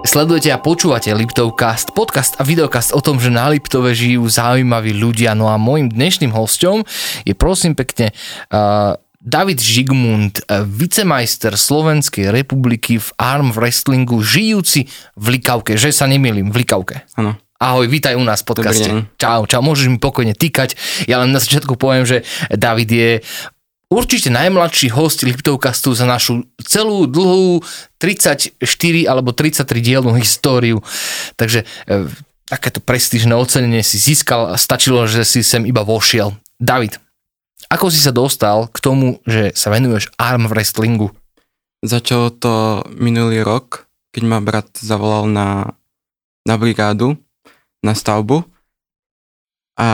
Sledujete a počúvate Liptovcast, podcast a videokast o tom, že na Liptove žijú zaujímaví ľudia. No a môjim dnešným hosťom je prosím pekne uh, David Žigmund, eh, vicemajster Slovenskej republiky v arm wrestlingu, žijúci v Likavke, že sa nemýlim, v Likavke. Áno. Ahoj, vítaj u nás v podcaste. Dobrý Čau, čau, môžeš mi pokojne týkať. Ja len na začiatku poviem, že David je určite najmladší host Liptovkastu za našu celú dlhú 34 alebo 33 dielnú históriu. Takže e, takéto prestížne ocenenie si získal a stačilo, že si sem iba vošiel. David, ako si sa dostal k tomu, že sa venuješ arm wrestlingu? Začalo to minulý rok, keď ma brat zavolal na, na brigádu, na stavbu. A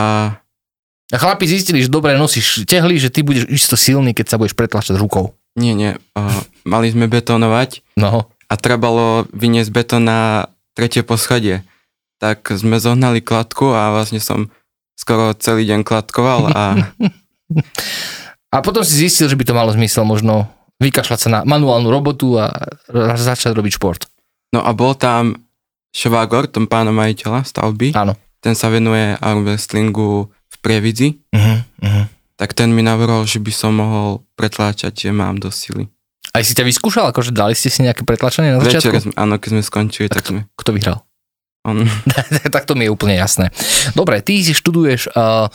A chlapi zistili, že dobre nosíš tehly, že ty budeš isto silný, keď sa budeš pretlačať rukou. nie, nie, a mali sme betónovať No, a trebalo vyniesť betón na tretie poschodie. Tak sme zohnali kladku a vlastne som skoro celý deň kladkoval a A potom si zistil, že by to malo zmysel možno vykašľať sa na manuálnu robotu a r- začať robiť šport. no a bol tam Šovágor, tom pána majiteľa stavby, Áno. ten sa venuje arm wrestlingu v Prievidzi. Uh-huh, uh-huh. tak ten mi navrhol, že by som mohol pretláčať, že mám do sily. Aj si ťa vyskúšal, akože dali ste si nejaké pretlačenie na Večer, začiatku? sme, áno, keď sme skončili, tak sme... Kto vyhral? On, tak to mi je úplne jasné. Dobre, ty si študuješ, uh,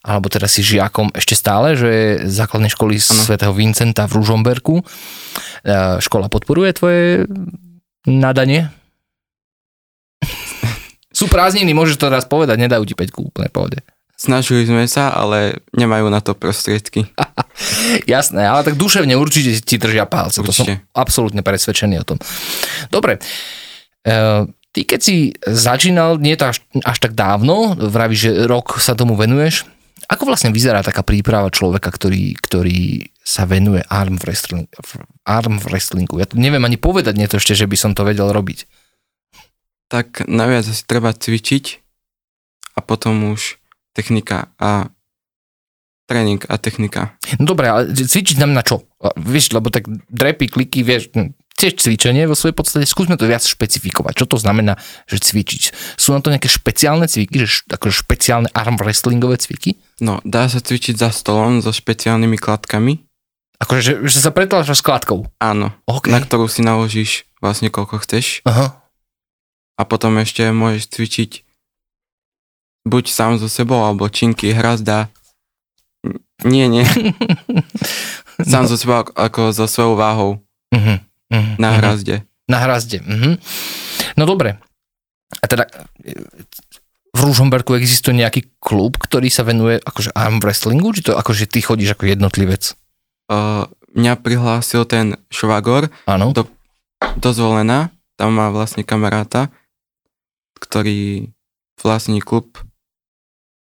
alebo teda si žiakom ešte stále, že je základnej školy ano. svätého Vincenta v Ružomberku. Uh, škola podporuje tvoje nadanie? Sú prázdniny, môžeš to raz povedať, nedajú ti peťku úplne v pohode. snažili sme sa, ale nemajú na to prostriedky. Jasné, ale tak duševne určite ti držia palce. Určite. To som Určite. absolútne presvedčený o tom. Dobre, e, ty keď si začínal, nie to až, až tak dávno, vravíš, že rok sa tomu venuješ, ako vlastne vyzerá taká príprava človeka, ktorý, ktorý sa venuje arm, wrestling, arm wrestlingu? Ja to neviem ani povedať, nie to ešte, že by som to vedel robiť. Tak naviac asi treba cvičiť a potom už technika a tréning a technika. No dobre, ale cvičiť znamená čo? A Vieš, lebo tak drepy, kliky, vieš, hm, tiež cvičenie vo svojej podstate. Skúsme to viac špecifikovať. Čo to znamená, že cvičiť? Sú na to nejaké špeciálne cviky, že š- akože špeciálne arm wrestlingové cviky? No, dá sa cvičiť za stolom so špeciálnymi kladkami. Akože, že, že sa pretláčaš s kladkou. Áno, OK. na ktorú si naložíš vlastne koľko chceš. Aha. a potom ešte môžeš cvičiť buď sám so sebou, alebo činky, hrazda. N- Nie, nie. Sám so sebou, ako- ako so svojou váhou Uh-huh. Uh-huh. na hrazde. Na hrazde. Uh-huh. No dobre. A teda e, v Ružomberku existuje nejaký klub, ktorý sa venuje akože arm wrestlingu? Či to akože ty chodíš ako jednotlivec? Uh, mňa prihlásil ten švagor Áno. do, do Zvolena, tam má vlastne kamaráta, ktorý vlastní klub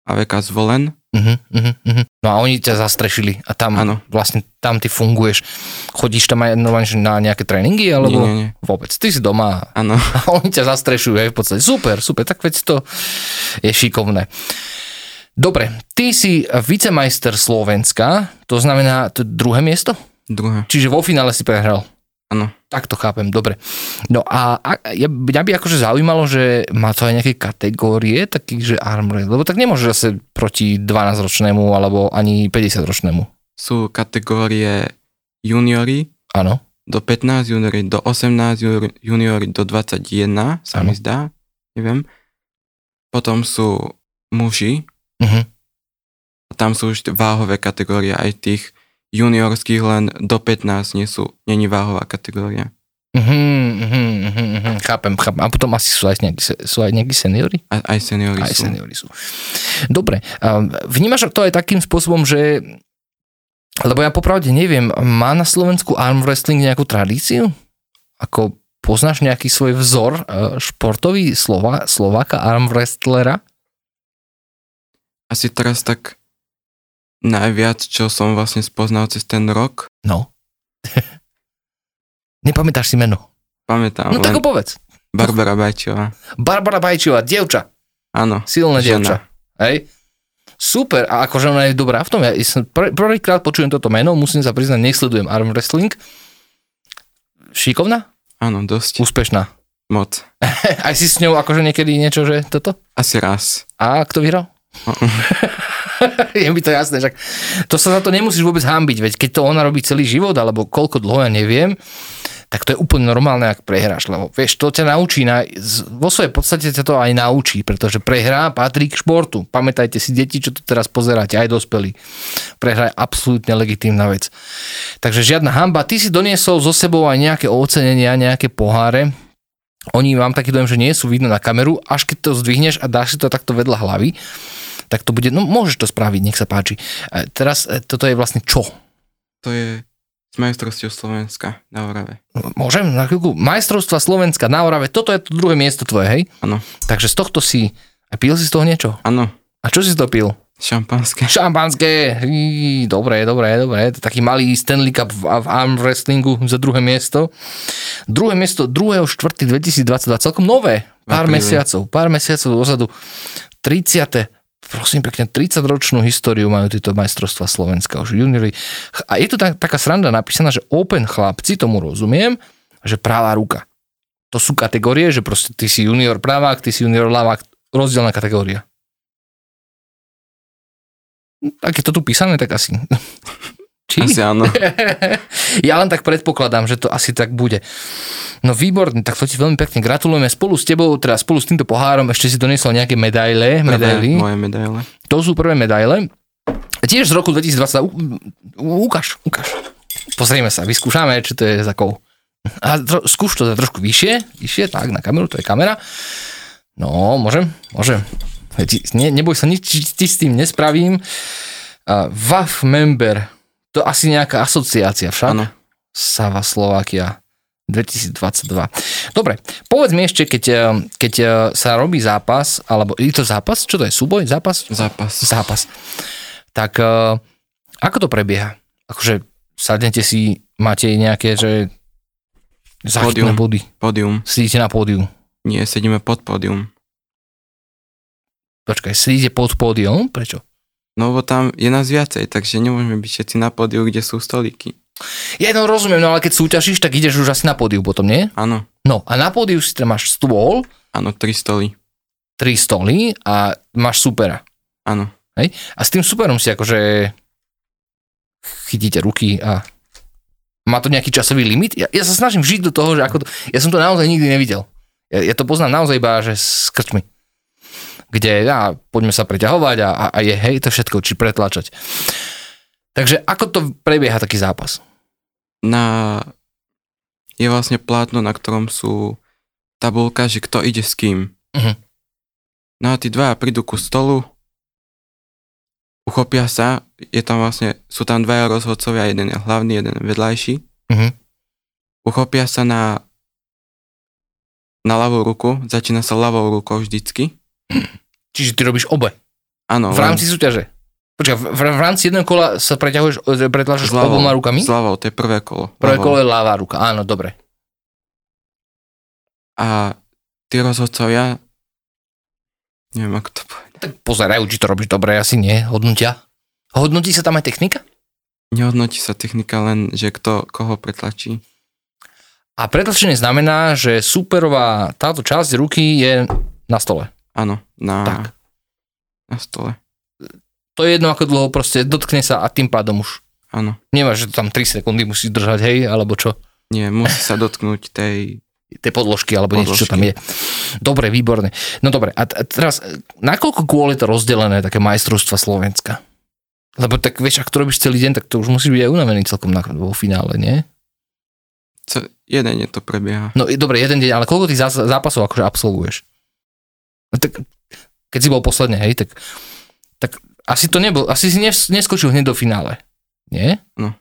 AVK Zvolen. Uh-huh, uh-huh, uh-huh. No a oni ťa zastrešili a tam ano. Áno. vlastne tam ty funguješ. Chodíš tam aj normálne že na nejaké tréningy alebo Nie, nie, nie. vôbec? Ty si doma Áno. a oni ťa zastrešujú aj v podstate. Super, super, tak veď to je šikovné. Dobre, ty si vicemajster Slovenska, to znamená to je druhé miesto? Druhé. Čiže vo finále si prehral. Áno. Tak to chápem, dobre. No a, a ja, mňa by akože zaujímalo, že má to aj nejaké kategórie, takých, že arm wrestling, lebo tak nemôžeš zase proti 12-ročnému alebo ani 50-ročnému. Sú kategórie juniory, Áno. do 15 juniori, do 18 juniori, juniori do 21 sa Áno. mi zdá, neviem. Potom sú muži, Uh-huh. a tam sú už váhové kategórie aj tých juniorských len do 15 nie sú, není váhová kategória. Uh-huh, uh-huh, uh-huh, chápem, chápem. A potom asi sú aj nejakí, se- sú aj nejakí seniory? A, aj seniori Aj sú. seniori sú. Dobre, um, vnímaš to aj takým spôsobom, že lebo ja popravde neviem, má na Slovensku arm wrestling nejakú tradíciu? Ako poznáš nejaký svoj vzor eh, športový Slova, Slováka arm wrestlera? Asi teraz tak najviac, čo som vlastne spoznal cez ten rok, No. Nepamätáš si meno? pamätám No len tak ho povedz. Barbara Bajčová. Barbara Bajčová, dievča. Áno, Silné Žena. dievča. Hej? Super, a akože ona je dobrá v tom. Ja som pr- prvýkrát počujem toto meno, musím sa priznať, nesledujem arm wrestling. Šikovná? áno, dosť. Úspešná. Moc. Aj si s ňou akože niekedy niečo, že toto? Asi raz. A kto vyhral? je mi to jasné, však to sa za to nemusíš vôbec hambiť, veď keď to ona robí celý život, alebo koľko dlho, ja neviem, tak to je úplne normálne, ak prehráš, lebo vieš, to ťa naučí, na, z- vo svojej podstate ťa to aj naučí, pretože prehra patrí k športu. Pamätajte si, deti, čo tu teraz pozeráte, aj dospelí. Prehra je absolútne legitímna vec. Takže žiadna hamba. Ty si doniesol so sebou aj nejaké ocenenia, nejaké poháre. Oni mám taký dojem, že nie sú vidno na kameru, až keď to zdvihneš a dáš si to takto vedľa hlavy, tak to bude, no môžeš to spraviť, nech sa páči. E, Teraz e, toto je vlastne čo? To je s majstrovsťou Slovenska na Orave. Môžem na chvíľku? Majstrovstva Slovenska na Orave, toto je to druhé miesto tvoje, hej? Áno. Takže z tohto si, a pil si z toho niečo? Áno, A čo si to pil? šampanské. Šampanské, Í, dobre, dobre, dobre, to je taký malý Stanley Cup v, v arm wrestlingu za druhé miesto. Druhé miesto 2.4.2022, celkom nové, pár apríli. mesiacov, pár mesiacov dozadu. 30. prosím pekne, 30 ročnú históriu majú tieto majstrovstva Slovenska už juniori. A je tu tak, taká sranda napísaná, že open chlapci, tomu rozumiem, že pravá ruka. To sú kategórie, že proste ty si junior pravák, ty si junior ľavák, rozdielna kategória. Ak je to tu písané, tak asi. Či? Asi áno. ja len tak predpokladám, že to asi tak bude. No výborne, tak to ti veľmi pekne gratulujeme. Spolu s tebou, teda spolu s týmto pohárom ešte si doniesol nejaké medaile. Prvé medaily. Moje medaile. To sú prvé medaile. Tiež z roku 2020. U, u- ukáž, ukáž. Pozrieme sa, vyskúšame, či to je za kou. A tro, skúš to za trošku vyššie, vyššie, tak na kameru, to je kamera. No, môžem, môžem. Ja ti- Ne, neboj sa, nič ti- ti s tým nespravím. Uh, WAF member, to asi nejaká asociácia však. Áno. Sava Slovakia 2022. Dobre, povedz mi ešte, keď, eh, keď eh, sa robí zápas, alebo je to zápas? Čo to je? Súboj? Zápas? Zápas. zápas. Tak eh, ako to prebieha? Akože sadnete si, máte nejaké, že záchytné Pódium. body. Pódium. Sedíte na pódiu. Nie, sedíme pod pódium. Počkaj, sedíte pod pódium? Prečo? No bo tam je nás viacej, takže nemôžeme byť všetci na pódiu, kde sú stolíky. Ja no rozumiem, no ale keď súťažíš, tak ideš už asi na pódiu potom, nie? Áno, No a na pódiu si teda máš stôl, áno, tri stoly. tri stoly a máš supera. Áno, A s tým superom si akože chytíte ruky a má to nejaký časový limit? Ja, ja sa snažím žiť do toho, že ako to, ja som to naozaj nikdy nevidel. Ja, ja to poznám naozaj iba, že s krčmi. Kde, ja, poďme sa preťahovať a, a, a je hej to všetko, či pretlačať. Takže ako to prebieha taký zápas? na... je vlastne plátno, na ktorom sú tabulka, že kto ide s kým. Mhm. No a tí dvaja prídu ku stolu, uchopia sa, je tam vlastne, sú tam dvaja rozhodcovia, jeden je hlavný, jeden vedľajší. Mhm. Uchopia sa na, na ľavú ruku, začína sa ľavou rukou vždycky. Čiže ty robíš obe. Áno, V rámci súťaže. Počkaj, v, v, v rámci jedného kola sa preťahuješ, e, pretlačaš Zľavou. oboma rukami? s ľavou, to je prvé kolo. Prvé ľavou. kolo je ľavá ruka, áno, dobre. A tí rozhodcovia, neviem ako to povedať, tak pozerajú, či to robíš dobre, asi nie, hodnotia. Hodnotí sa tam aj technika? nehodnotí sa technika len, že kto koho pretlačí. A pretlačenie znamená, že superová táto časť ruky je na stole. Áno, na, Tak. na stole. To je jedno ako dlho, proste dotkne sa a tým pádom už. Áno, Nemáš, že to tam 3 sekundy musíš držať, hej, alebo čo, nie, musí sa dotknúť tej, tie podložky, alebo podložky. niečo, čo tam je. Podložky. Dobre, výborne. No dobre, a, t- a teraz, e, nakoľko kôl je to rozdelené, také majstrovstva Slovenska? Lebo tak vieš, ak to robíš celý deň, tak to už musíš byť aj unavený celkom na, vo finále, nie? co, jeden je to prebieha. No i- dobre, jeden deň, ale koľko tých zás- zápasov akože absolvuješ? No, tak, keď si bol posledne, hej, tak, tak asi to nebol, asi si nes- neskočil hneď do finále, nie? No.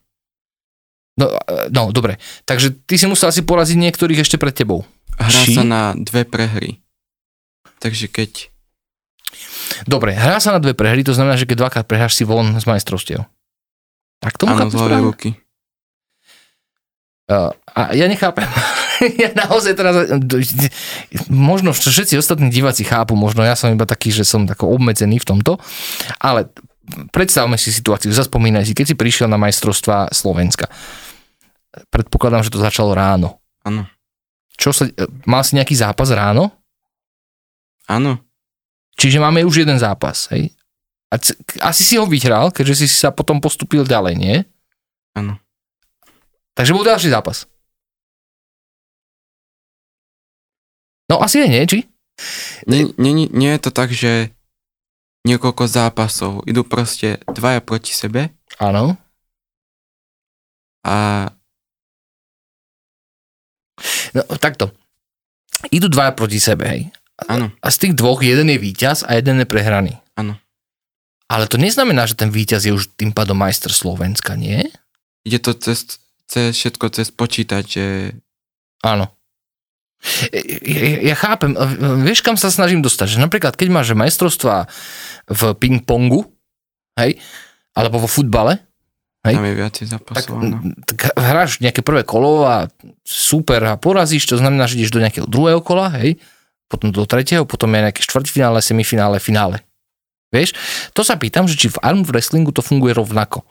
No, e, no, dobre. Takže ty si musel asi poraziť niektorých ešte pred tebou. Hrá Či? sa na dve prehry. Takže keď, Dobre, hrá sa na dve prehry, to znamená, že keď dvakrát prehráš si von z majstrovstiev. Tak tomu chápem áno, z ľavej správne? ruky. Uh, a ja nechápem. ja naozaj teraz... Možno čo všetci ostatní diváci chápu, možno ja som iba taký, že som tako obmedzený v tomto, ale predstavme si situáciu, zaspomínaj si, keď si prišiel na majstrovstva Slovenska. Predpokladám, že to začalo ráno. Áno. Čo sa, e, mal si nejaký zápas ráno? Áno, Čiže máme už jeden zápas, hej? A c- asi si ho vyhral, keďže si sa potom postupil ďalej, nie? áno. Takže bol ďalší zápas. No asi je, nie? Či? Nie, nie, nie- nie je to tak, že niekoľko zápasov. Idú proste dvaja proti sebe Áno. a No, takto. Idú dvaja proti sebe, hej? áno, A z tých dvoch jeden je víťaz a jeden je prehraný. Áno. Ale to neznamená, že ten víťaz je už tým pádom majster Slovenska, nie? ide to cez, cez všetko cez počítač, že Áno. E, Ja, ja chápem, e, vieš kam sa snažím dostať, že napríklad keď máš majstrovstvá v ping-pongu, hej, alebo vo futbale, Hej. tam je viacej tak, zápasov. áno. tak hráš nejaké prvé kolo a super a porazíš, to znamená, že ideš do nejakého druhého kola, hej, potom do tretieho, potom je nejaké štvrťfinále, semifinále, finále. Vieš, to sa pýtam, že či v arm wrestlingu to funguje rovnako.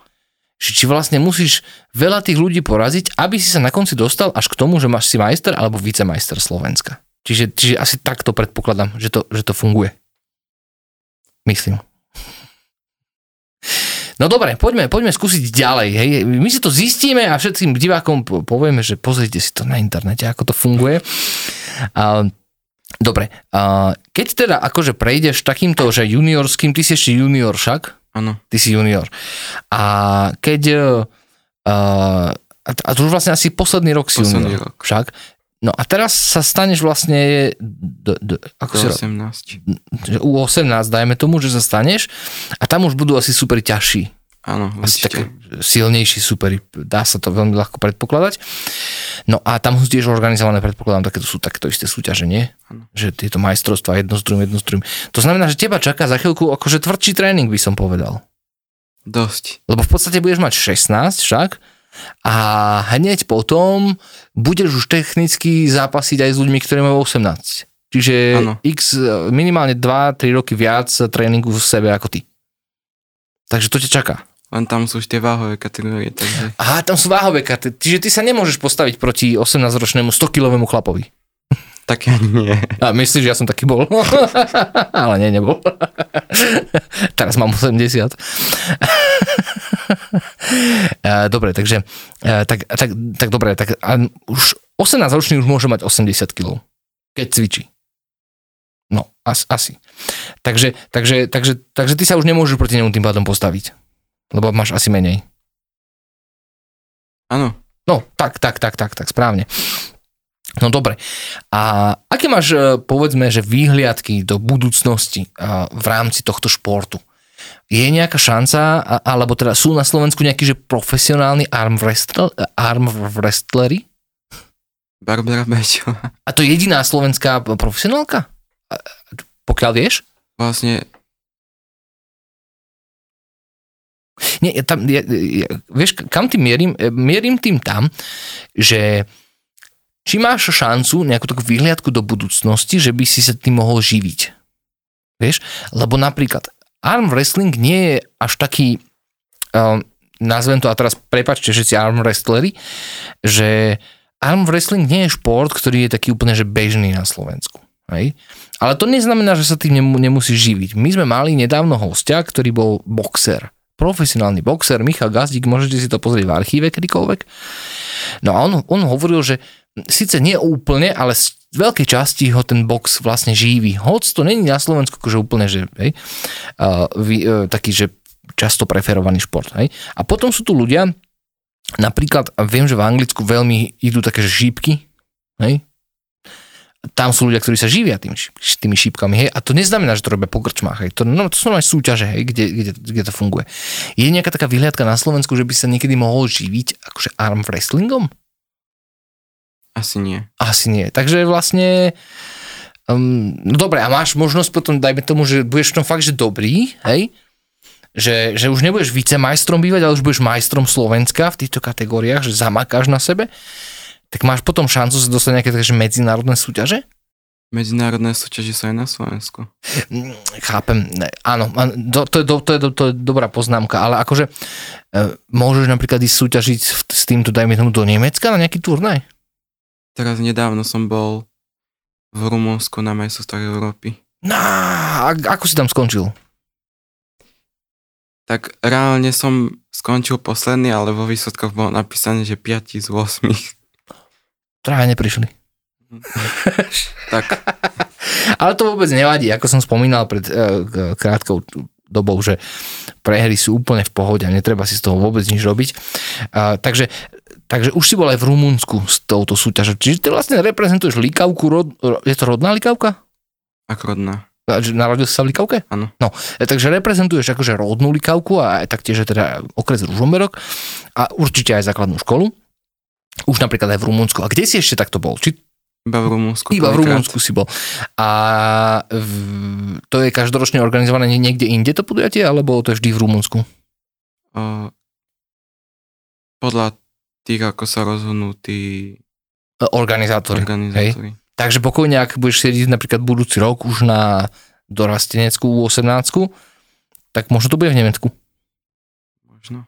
Že či vlastne musíš veľa tých ľudí poraziť, aby si sa na konci dostal až k tomu, že máš si majster alebo vicemajster Slovenska. Čiže, čiže asi takto predpokladám, že to, že to funguje. Myslím. No dobre, poďme, poďme skúsiť ďalej. Hej. My si to zistíme a všetkým divákom po- povieme, že pozrite si to na internete, ako to funguje. A, dobre, a, keď teda akože prejdeš takýmto, že juniorským, ty si ešte junior však, Áno, ty si junior. A keď... A, a, a to už vlastne asi posledný rok si Posledný junior. rok. Však. No a teraz sa staneš vlastne... Do, do, ako si do ro- že 18. u 18, dajme tomu, že sa staneš a tam už budú asi super ťažší Áno, asi také určite. silnejší super, dá sa to veľmi ľahko predpokladať. No a tam sú tiež organizované, predpokladám, takéto sú takéto isté súťaže, nie? Áno. Že tieto majstrovstvá jedno s druhým, jedno s druhým. To znamená, že teba čaká za chvíľku akože tvrdší tréning, by som povedal. Dosť. Lebo v podstate budeš mať 16 však a hneď potom budeš už technicky zápasiť aj s ľuďmi, ktorí majú 18. Čiže Áno. x eh, minimálne 2-3 roky viac tréningu v sebe ako ty. Takže to ťa čaká. Len tam sú už tie váhové kategórie, takže Aha, tam sú váhové karty. Čiže ty sa nemôžeš postaviť proti 18-ročnému 100-kilovému chlapovi. také ani nie. A myslíš, že ja som taký bol? Ale nie, nebol. Teraz mám 80. Eh, dobre, takže eh, tak, tak, tak dobre, tak a už 18-ročný už môže mať 80 kg, keď cvičí. No, as, asi. Takže, takže, takže, takže ty sa už nemôžeš proti nemu tým pádom postaviť, lebo máš asi menej. Áno, No, tak, tak, tak, tak, tak, správne. No dobre. A aké máš, e, povedzme, že výhliadky do budúcnosti a, v rámci tohto športu? Je nejaká šanca, a- alebo teda sú na Slovensku nejakí, že profesionálni arm, wrestl, arm wrestleri? Barbara Bečová. A to je jediná slovenská profesionálka? A- a- Pokiaľ vieš? Vlastne, Nie, ja tam, ja, ja, vieš, kam tým mierim? E, Mierim tým tam, že či máš šancu, nejakú takú vyhliadku do budúcnosti, že by si sa tým mohol živiť. Vieš? Lebo napríklad arm wrestling nie je až taký, um, nazvem to a teraz prepačte všetci arm wrestleri, že arm wrestling nie je šport, ktorý je taký úplne že bežný na Slovensku. Hej? Ale to neznamená, že sa tým nemu- nemusíš živiť. My sme mali nedávno hostia, ktorý bol boxer. Profesionálny boxer, Michal Gazdík, môžete si to pozrieť v archíve kedykoľvek. No a on, on hovoril, že síce nie úplne, ale z veľkej časti ho ten box vlastne živí. Hoc to není na Slovensku akože úplne, že hej, uh, vy, uh, taký, že často preferovaný šport. Hej. A potom sú tu ľudia, napríklad, a viem, že v Anglicku veľmi idú také že šípky, hej, tam sú ľudia, ktorí sa živia tým, šíp- tými šípkami, hej, a to neznamená, že to robia po krčmách, hej, to, no, to sú aj súťaže, hej, kde, kde, kde to funguje. Je nejaká taká vyhliadka na Slovensku, že by sa niekedy mohol živiť akože arm wrestlingom? asi nie. Asi nie. Takže vlastne... Um, no dobre, a máš možnosť potom, dajme tomu, že budeš v tom fakt, že dobrý, hej? Že, že už nebudeš vicemajstrom bývať, ale už budeš majstrom Slovenska v týchto kategóriách, že zamakáš na sebe, tak máš potom šancu sa dostať nejaké také že medzinárodné súťaže? Medzinárodné súťaže sú aj na Slovensku. Mm, Chápem, ne, áno, áno, do, to, je, do, to, je, do- to je dobrá poznámka, ale akože e, môžeš napríklad ísť súťažiť s- s týmto, dajme tomu, do Nemecka na nejaký turnaj? Teraz nedávno som bol v Rumunsku na majstrovstvách Európy. No, a ako si tam skončil? Tak reálne som skončil posledný, ale vo výsledkoch bolo napísané, že 5 z 8. Traja neprišli. Tak Ale to vôbec nevadí, ako som spomínal pred e, k- krátkou dobou, že prehry sú úplne v pohode a netreba si z toho vôbec nič robiť. A, takže, takže už si bol aj v Rumunsku s touto súťažou. Čiže ty vlastne reprezentuješ Likavku, rod, ro- je to rodná Likavka? akrodná. A, že Narodil si sa v Likavke? Áno. No, e, takže reprezentuješ akože rodnú Likavku a aj taktiež je teda okres Ružomberok a určite aj základnú školu. Už napríklad aj v Rumunsku. A kde si ešte takto bol? Či Iba v Rumunsku. iba v prvýkrát. Rumunsku si bol. A v, to je každoročne organizované nie- niekde inde to podujatie, alebo to je vždy v Rumunsku? O, podľa tých, ako sa rozhodnú tí E, Organizátori. organizátori. Takže pokojne, ak budeš sedieť napríklad budúci rok už na dorasteneckú U18, tak možno to bude v Nemecku. Možno.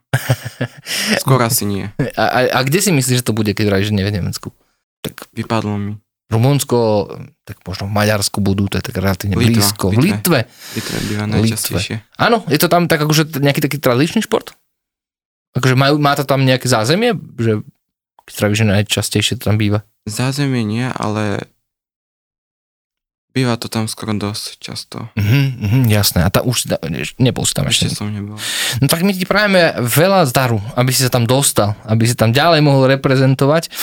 Skôr asi nie. A, a, a kde si myslíš, že to bude, keď vravíš, že nie v Nemecku? Vypadlo mi. Rumunsko, tak možno v Maďarsku budú, to je tak relatívne Litva, blízko. Litve. V Litve. Litve býva Litve. najčastejšie. Áno, je to tam tak akože t- nejaký taký tradičný šport? Akože majú, má to tam nejaké zázemie, že keď travíš, že najčastejšie to tam býva. Zázemie nie, ale býva to tam skoro dosť často. Mhm, mhm, jasné, a tam už si da- neš- nebol si tam Ešte ešte. som nebol. No tak my ti prajeme veľa zdaru, aby si sa tam dostal, aby si tam ďalej mohol reprezentovať.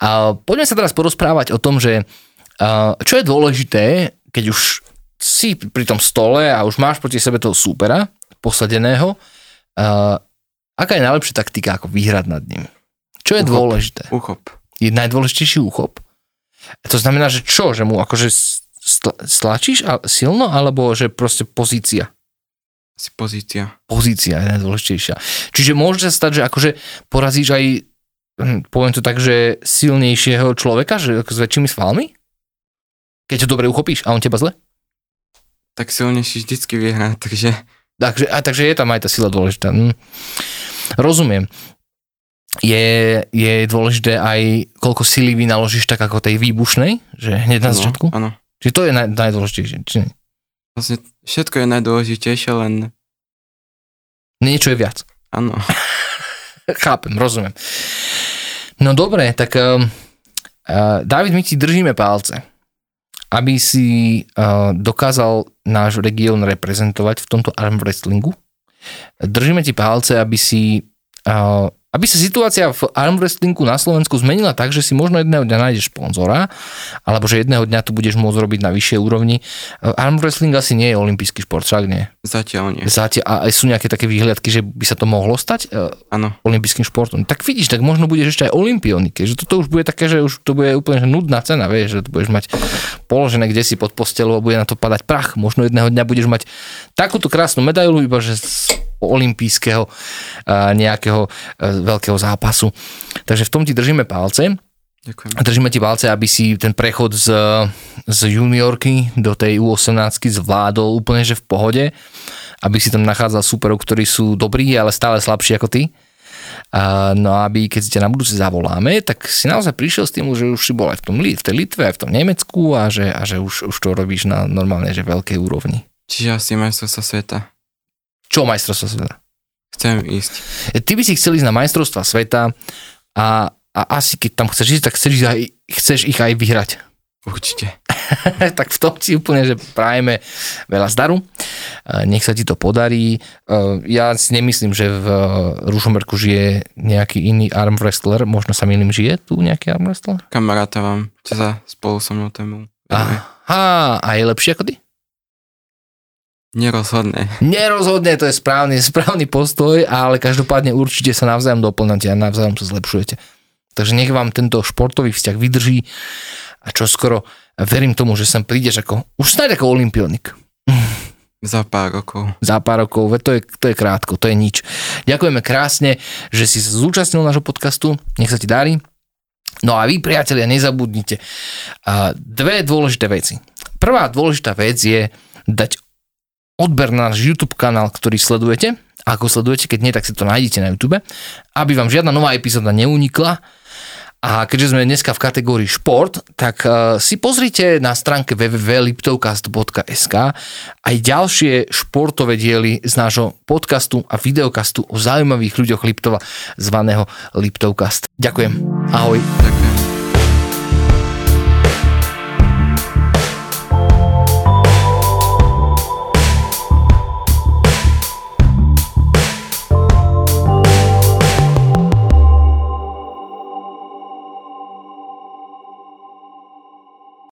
A poďme sa teraz porozprávať o tom, že a, čo je dôležité, keď už si pri tom stole a už máš proti sebe toho súpera posadeného, a, aká je najlepšia taktika, ako vyhrať nad ním? Čo je Uchop. dôležité? Uchop. je najdôležitejší úchop. To znamená, že čo? Že mu akože stla- stlačíš a- silno, alebo že proste pozícia? Si pozícia. Pozícia je najdôležitejšia. Čiže môže sa stať, že akože porazíš aj hm, poviem to tak, že silnejšieho človeka, že ako s väčšími svalmi? Keď ho dobre uchopíš a on teba zle? Tak silnejší vždycky vyhrá, takže Takže, a takže je tam aj tá sila dôležitá. Hm. Rozumiem. Je, je dôležité aj koľko sily vynaložíš tak ako tej výbušnej, že hneď na No, začiatku? Áno. Čiže to je naj, najdôležitejšie. Či nie? Vlastne všetko je najdôležitejšie, len niečo je viac. áno. Chápem, rozumiem. No dobre, tak um, uh, David, my ti držíme palce, aby si uh, dokázal náš región reprezentovať v tomto arm wrestlingu. Držíme ti palce, aby si uh, aby sa situácia v arm wrestlingu na Slovensku zmenila tak, že si možno jedného dňa nájdeš sponzora, alebo že jedného dňa to budeš môcť robiť na vyššej úrovni. Uh, Arm wrestling asi nie je olimpijský šport, však nie. Zatiaľ nie. Zatiaľ, a aj sú nejaké také výhľadky, že by sa to mohlo stať? Uh, Áno. olympijským športom. Tak vidíš, tak možno budeš ešte aj olympionik, že toto už bude také, že už to bude úplne že nudná cena, vieš, že to budeš mať položené kde si pod postelou a bude na to padať prach. Možno jedného dňa budeš mať takúto krásnu medailu, iba že z olympijského a, nejakého e, veľkého zápasu. Takže v tom ti držíme palce. Ďakujem. A Držíme ti palce, aby si ten prechod z, z juniorky do tej U18 zvládol úplne že v pohode, aby si tam nachádzal superov, ktorí sú dobrí, ale stále slabší ako ty. A, no a aby, keď si ťa na budúce zavoláme, tak si naozaj prišiel s tým, že už si bol aj v, tom, Li- v tej Litve, aj v tom Nemecku a že, a že už, už to robíš na normálne že veľkej úrovni. Čiže asi majstrovstva sveta. Čo majstrovstvo sveta? Chcem ísť. Ty by si chcel ísť na majstrovstva sveta a, a asi keď tam chceš ísť, tak chceš, ísť aj, chceš ich aj vyhrať. Určite. tak v tom ti úplne, že prajeme veľa zdaru. E, Nech sa ti to podarí. E, Ja si nemyslím, že v e, Ružomberku žije nejaký iný arm wrestler. Možno sa milím, žije tu nejaký arm wrestler? Kamaráta vám, čo sa spolu so mnou tému. venuje. Aha, a je lepší ako ty? Nerozhodné. Nerozhodne, to je správny, správny postoj, ale každopádne určite sa navzájom doplňate a navzájom sa zlepšujete. Takže nech vám tento športový vzťah vydrží a čo skoro verím tomu, že sem prídeš ako, už snáď ako olimpionik. Za pár rokov. za pár rokov, veď to je, to je krátko, to je nič. Ďakujeme krásne, že si sa zúčastnil nášho podcastu, nech sa ti darí. No a vy, priatelia, nezabudnite a dve dôležité veci. Prvá dôležitá vec je dať odber na náš YouTube kanál, ktorý sledujete. Ako sledujete, keď nie, tak si to nájdete na YouTube, aby vám žiadna nová epizóda neunikla. A keďže sme dneska v kategórii šport, tak eh, si pozrite na stránke www.liptovcast.sk aj ďalšie športové diely z nášho podcastu a videokastu o zaujímavých ľuďoch Liptova zvaného Liptovcast. Ďakujem. Ahoj. Ďakujem.